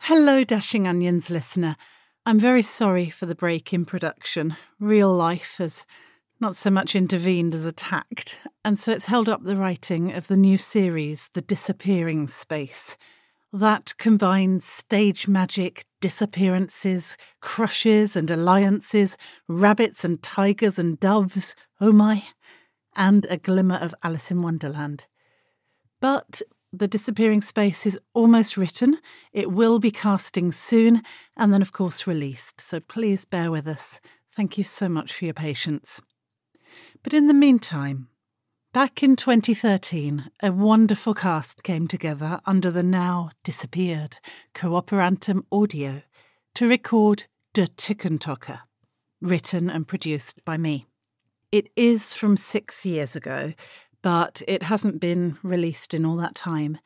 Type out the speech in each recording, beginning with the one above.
Hello, Dashing Onions listener. I'm very sorry for the break in production. Real life has not so much intervened as attacked, and so it's held up the writing of the new series, The Disappearing Space. That combines stage magic, disappearances, crushes and alliances, rabbits and tigers and doves, oh my, and a glimmer of Alice in Wonderland. But the Disappearing Space is almost written. It will be casting soon and then, of course, released. So please bear with us. Thank you so much for your patience. But in the meantime, back in 2013, a wonderful cast came together under the now disappeared Cooperantum Audio to record Der Tickentocker, written and produced by me. It is from six years ago, but it hasn't been released in all that time.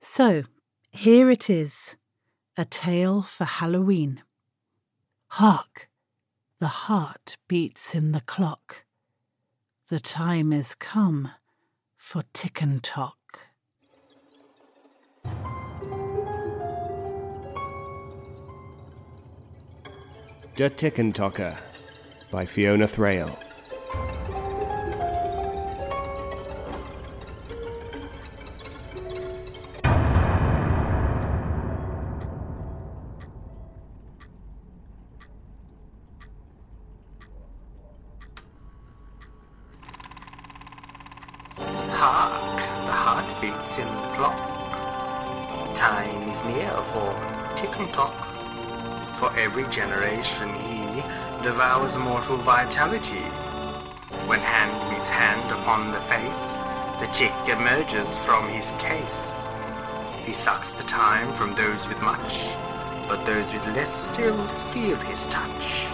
So here it is A Tale for Halloween. Hark! The heart beats in the clock. The time is come for tick and tock. Der Tickentocker by Fiona Thrale. Hark, the heart beats in the clock. Time is near for tick and tock. For every generation he devours mortal vitality. When hand meets hand upon the face, the tick emerges from his case. He sucks the time from those with much, but those with less still feel his touch.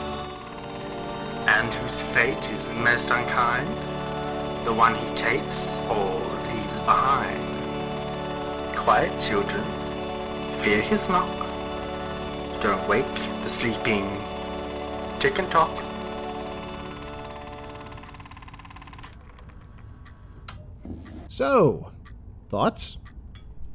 And whose fate is most unkind? the one he takes or leaves behind. Quiet, children, fear his knock. Don't wake the sleeping tick and tock. So, thoughts?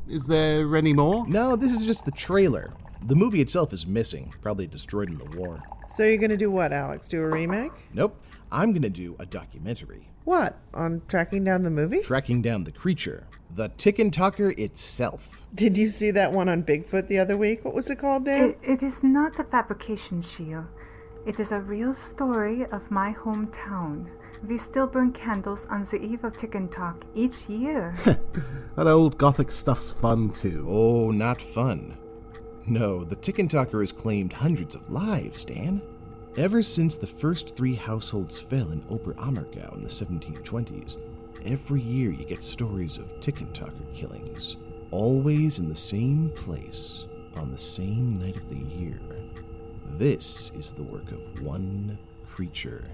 Is there any more? No, this is just the trailer. The movie itself is missing, probably destroyed in the war. So you're gonna do what, Alex? Do a remake? Nope, I'm gonna do a documentary, What? On tracking down the movie? tracking down the creature, the Tick and Talker itself. Did you see that one on Bigfoot the other week? What was it called, Dan? It, it is not a fabrication, Shield. It is a real story of my hometown. We still burn candles on the eve of Tick and Talk each year. That old gothic stuff's fun too. Oh, not fun. No, the Tick and Talker has claimed hundreds of lives, Dan. Ever since the first three households fell in Oberammergau in the 1720s, every year you get stories of Tick and Talker killings, always in the same place on the same night of the year. This is the work of one creature.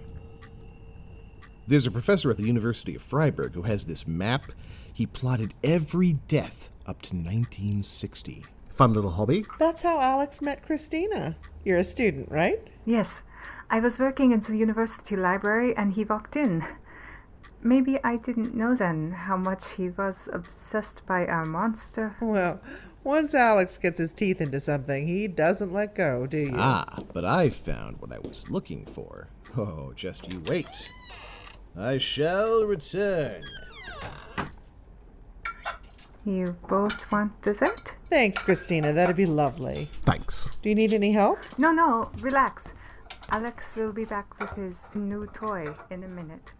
There's a professor at the University of Freiburg who has this map. He plotted every death up to 1960. Fun little hobby. That's how Alex met Christina. You're a student, right? yes, I was working in the university library and he walked in. Maybe I didn't know then how much he was obsessed by our monster. Well, once Alex gets his teeth into something, he doesn't let go, do you? Ah, but I found what I was looking for. Oh, just you wait. I shall return. You both want dessert? Thanks, Christina. That'd be lovely. Thanks. Do you need any help? No, no, relax. Alex will be back with his new toy in a minute.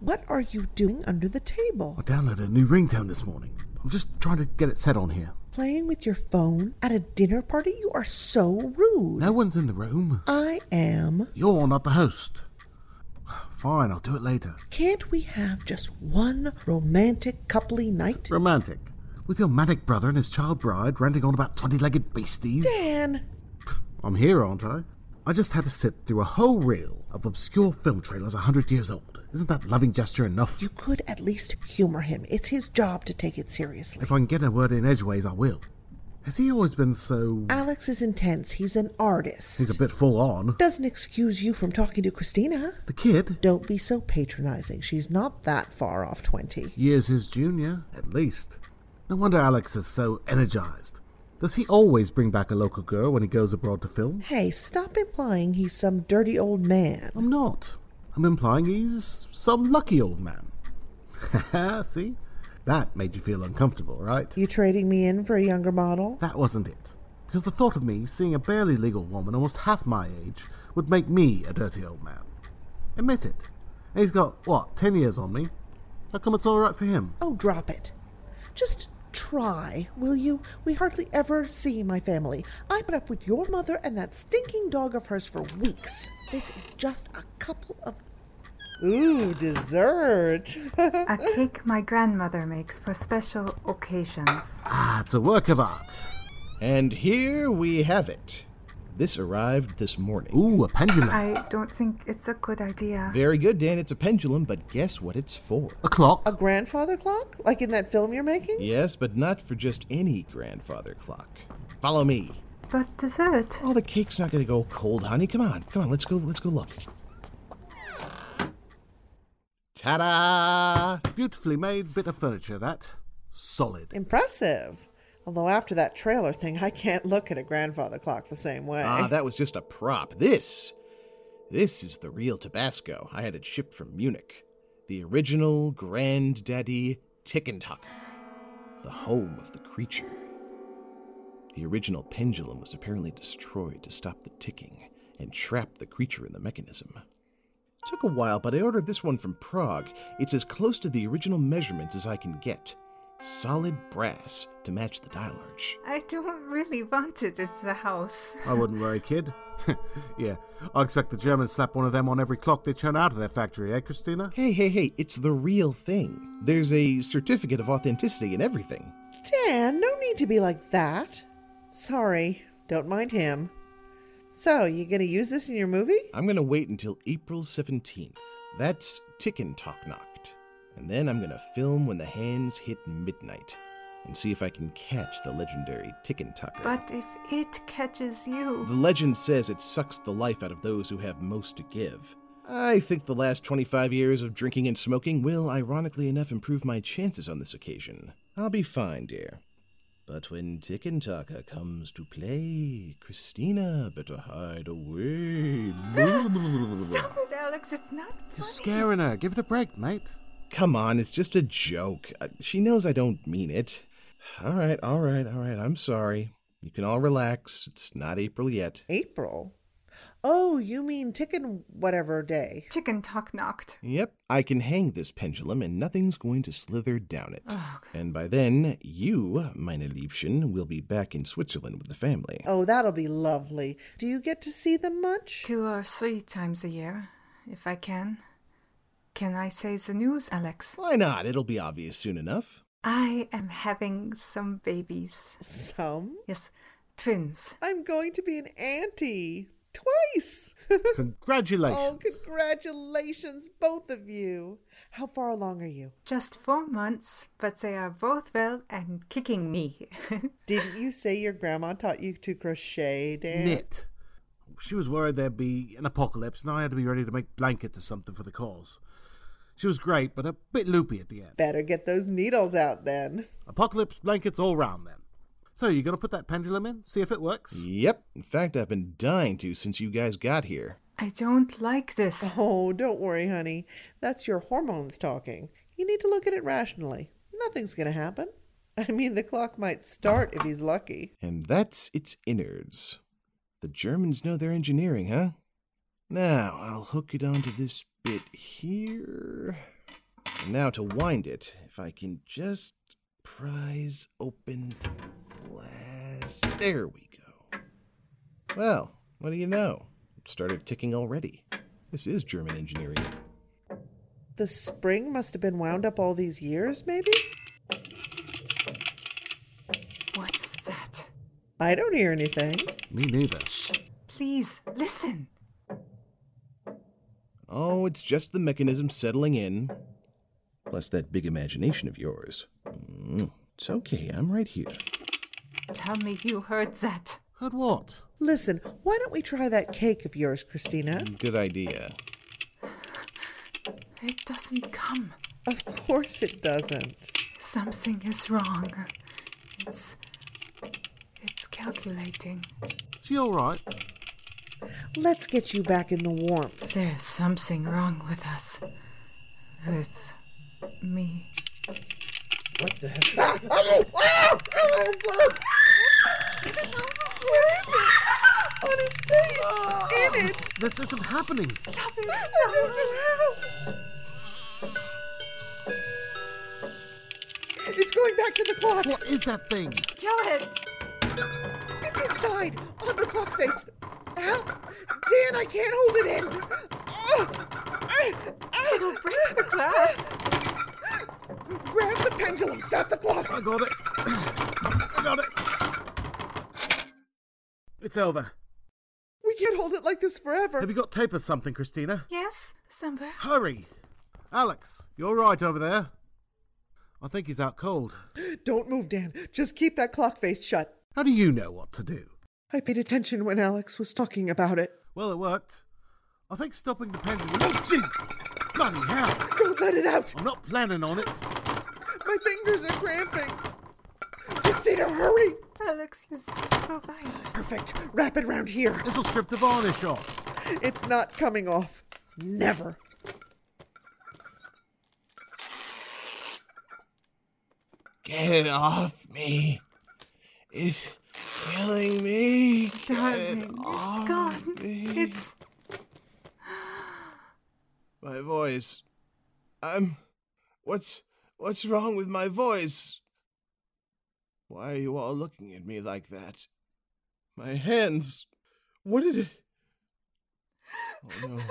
What are you doing under the table? I downloaded a new ringtone this morning. I'm just trying to get it set on here. Playing with your phone at a dinner party? You are so rude. No one's in the room. I am. You're not the host. Fine, I'll do it later. Can't we have just one romantic coupley night? Romantic. With your manic brother and his child bride ranting on about 20 legged beasties. Dan! I'm here, aren't I? I just had to sit through a whole reel of obscure film trailers 100 years old. Isn't that loving gesture enough? You could at least humor him. It's his job to take it seriously. If I can get a word in edgeways, I will. Has he always been so. Alex is intense. He's an artist. He's a bit full on. Doesn't excuse you from talking to Christina. The kid? Don't be so patronizing. She's not that far off 20. Years his junior, at least. No wonder Alex is so energized. Does he always bring back a local girl when he goes abroad to film? Hey, stop implying he's some dirty old man. I'm not. I'm implying he's some lucky old man. See? That made you feel uncomfortable, right? You trading me in for a younger model? That wasn't it. Because the thought of me seeing a barely legal woman almost half my age would make me a dirty old man. Admit it. And he's got, what, ten years on me? How come it's all right for him? Oh, drop it. Just try, will you? We hardly ever see my family. I've been up with your mother and that stinking dog of hers for weeks. This is just a couple of. Ooh, dessert. A cake my grandmother makes for special occasions. Ah, it's a work of art. And here we have it. This arrived this morning. Ooh, a pendulum. I don't think it's a good idea. Very good, Dan. It's a pendulum, but guess what it's for? a clock. A grandfather clock? Like in that film you're making? Yes, but not for just any grandfather clock. Follow me. But dessert? Oh, the cake's not gonna go cold, honey. Come on, come on. Let's go. Let's go look. Ta-da! Beautifully made bit of furniture, that. Solid. Impressive. Although after that trailer thing, I can't look at a grandfather clock the same way. Ah, that was just a prop. This, this is the real Tabasco. I had it shipped from Munich. The original Granddaddy Tickentop, the home of the creature. The original pendulum was apparently destroyed to stop the ticking and trap the creature in the mechanism. Took a while, but I ordered this one from Prague. It's as close to the original measurements as I can get. Solid brass to match the dial arch. I don't really want it in the house. I wouldn't worry, kid. yeah, I expect the Germans slap one of them on every clock they churn out of their factory, eh, Christina? Hey, hey, hey, it's the real thing. There's a certificate of authenticity and everything. Dan, no need to be like that. Sorry, don't mind him. So, you gonna use this in your movie? I'm gonna wait until April 17th. That's Ticken Talk Knocked. And then I'm gonna film when the hands hit midnight and see if I can catch the legendary Ticken Tucker. But if it catches The you. legend says it sucks the life out of those who have most to give. I think the last 25 years of drinking and smoking will, ironically enough, improve my chances on this occasion. I'll be fine, dear. But when Ticken Taka comes to play, Christina better hide away. Stop it, Alex. It's not funny. You're scaring her. Give it a break, mate. Come on, it's just a joke. Uh, She knows I don't mean it. All right, all right, all right, I'm sorry. You can all relax. It's not April yet. April? Oh, you mean Ticken whatever day. Chicken talk knocked. Yep, I can hang this pendulum and nothing's going to slither down it. and by then, you, meine Liebchen, will be back in Switzerland with the family. Oh, that'll be lovely. Do you get to see them much? Two or three times a year, if I can. Can I say the news, Alex? Why not? It'll be obvious soon enough. I am having some babies. Some? Yes, twins. I'm going to be an auntie. Twice! Congratulations. oh, congratulations, both of you. How far along are you? Just four months, but they are both well and kicking me. Didn't you say your grandma taught you to crochet, Dan? Knit. She was worried there'd be an apocalypse, and I had to be ready to make blankets or something for the cause. She was great, but a bit loopy at the end. Better get those needles out then. Apocalypse blankets all round, then. So, you gonna put that pendulum in? See if it works? Yep, in fact, I've been dying to since you guys got here. I don't like this. Oh, don't worry, honey. That's your hormones talking. You need to look at it rationally. Nothing's going to happen. I mean, the clock might start if he's lucky. And that's its innards. The Germans know their engineering, huh? Now, I'll hook it onto this bit here. And now to wind it, if I can just prise open the glass. There we go. Well, what do you know? It started ticking already. This is German engineering. The spring must have been wound up all these years, maybe? What's that? I don't hear anything. Me neither. Please listen. Oh, it's just the mechanism settling in. Plus that big imagination of yours. Mm, It's okay, I'm right here. Tell me you heard that. Heard what? Listen, why don't we try that cake of yours, Christina? Good idea. It doesn't come. Of course it doesn't. Something is wrong. It's. It's calculating. She all right? Let's get you back in the warmth. There's something wrong with us. With me. On his face! In it! This isn't happening. It's going back to the clock! What is that thing? Kill it! It's inside! On the clock face! Help! Dan, I can't hold it in! It'll break the glass! Grab the pendulum! Stop the I clock! got it. I got it. It's over. We can't hold it like this forever! Have you got tape or something, Christina? Yes, somewhere. Hurry! Alex, you're right over there. I think he's out cold. Don't move, Dan. Just keep that clock face shut. How do you know what to do? I paid attention when Alex was talking about it. Well, it worked. I think stopping the pendulum. Oh, jeez! Bloody hell! Don't let it out! I'm not planning on it. My fingers are cramping! Christina, hurry! Alex uses for virus. Perfect. Wrap it around here. This'll strip the varnish off. It's not coming off. Never. Get it off me. It's killing me. Darling, it's gone. It's. My voice. I'm. What's. What's wrong with my voice? Why are you all looking at me like that? My hands. What did it. Oh no.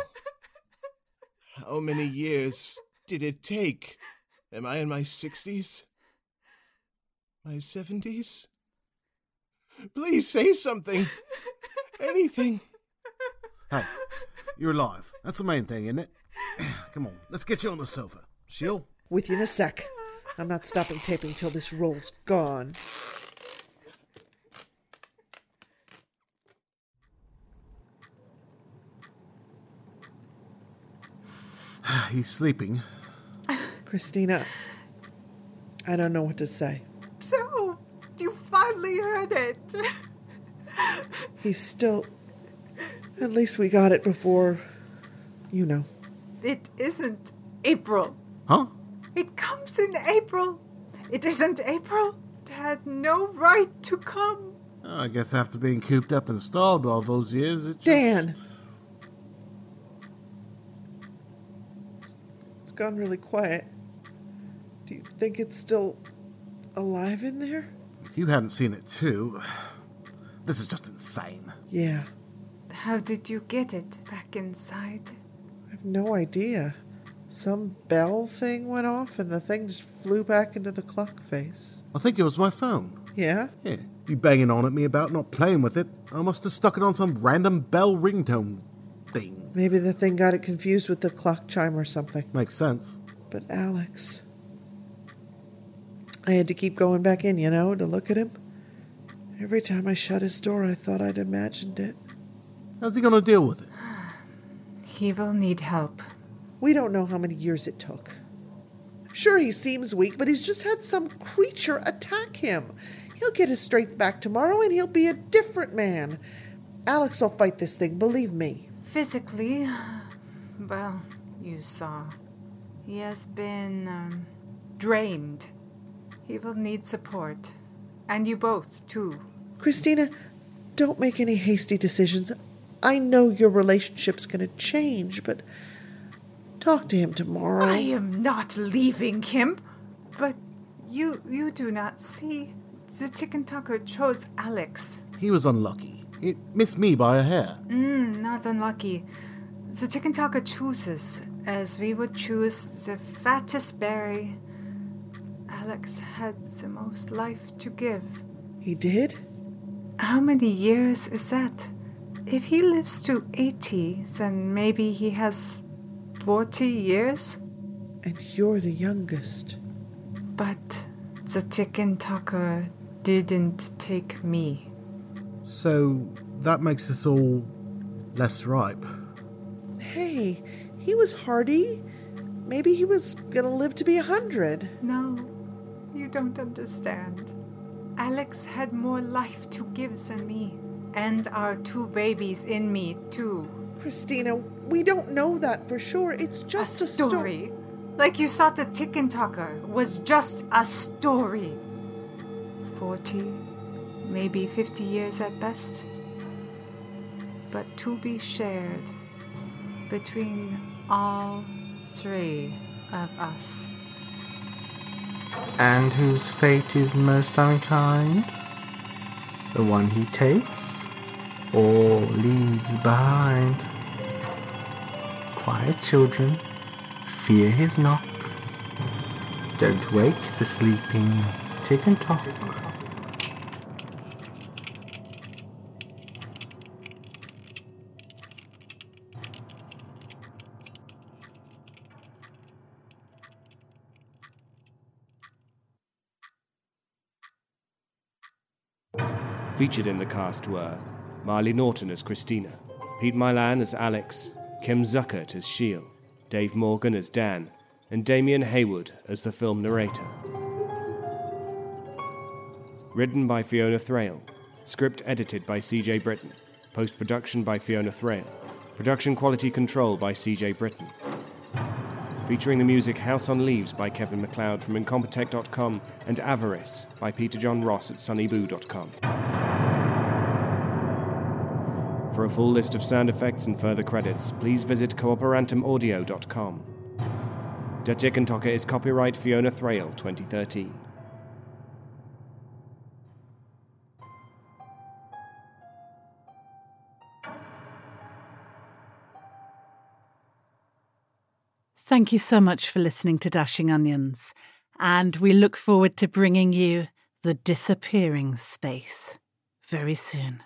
How many years did it take? Am I in my 60s? My 70s? Please say something. Anything. Hey, you're alive. That's the main thing, isn't it? Come on, let's get you on the sofa. She'll. With you in a sec. I'm not stopping taping till this roll's gone. He's sleeping. Christina, I don't know what to say. So, you finally heard it! He's still. At least we got it before. You know. It isn't April. Huh? It comes in April. It isn't April. It had no right to come. I guess after being cooped up and starved all those years, it just... Dan! It's gone really quiet. Do you think it's still alive in there? If you hadn't seen it too, this is just insane. Yeah. How did you get it back inside? I have no idea. Some bell thing went off and the thing just flew back into the clock face. I think it was my phone. Yeah? Yeah, you banging on at me about not playing with it. I must have stuck it on some random bell ringtone thing. Maybe the thing got it confused with the clock chime or something. Makes sense. But Alex. I had to keep going back in, you know, to look at him. Every time I shut his door, I thought I'd imagined it. How's he gonna deal with it? He will need help. We don't know how many years it took. Sure, he seems weak, but he's just had some creature attack him. He'll get his strength back tomorrow and he'll be a different man. Alex will fight this thing, believe me. Physically, well, you saw. He has been um, drained. He will need support. And you both, too. Christina, don't make any hasty decisions. I know your relationship's going to change, but talk to him tomorrow. I am not leaving him. But you you do not see. The chicken talker chose Alex. He was unlucky. It missed me by a hair. Mm, not unlucky. The chicken talker chooses, as we would choose the fattest berry. Alex had the most life to give. He did? How many years is that? If he lives to 80, then maybe he has 40 years? And you're the youngest. But the Tikin Taka didn't take me. So that makes us all less ripe. Hey, he was hardy. Maybe he was gonna live to be a hundred. No, you don't understand. Alex had more life to give than me, and our two babies in me, too. Christina, we don't know that for sure. It's just a, sto- Like you thought the tick and talker was just a story. 40, maybe 50 years at best. But to be shared between all three of us. And whose fate is most unkind? The one he takes or leaves behind. Quiet children, fear his knock. Don't wake the sleeping tick and tock. Featured in the cast were Marley Norton as Christina, Pete Milan as Alex, Kim Zuckert as Sheil, Dave Morgan as Dan, and Damien Haywood as the film narrator. Written by Fiona Thrale, script edited by CJ Britton, post production by Fiona Thrale, production quality control by CJ Britton. Featuring the music House on Leaves by Kevin McLeod from Incompetech.com and Avarice by Peter John Ross at sunnyboo.com. For a full list of sound effects and further credits, please visit cooperantumaudio.com. Der Tickentocke is copyright Fiona Thrale 2013. Thank you so much for listening to Dashing Onions, and we look forward to bringing you The Disappearing Space very soon.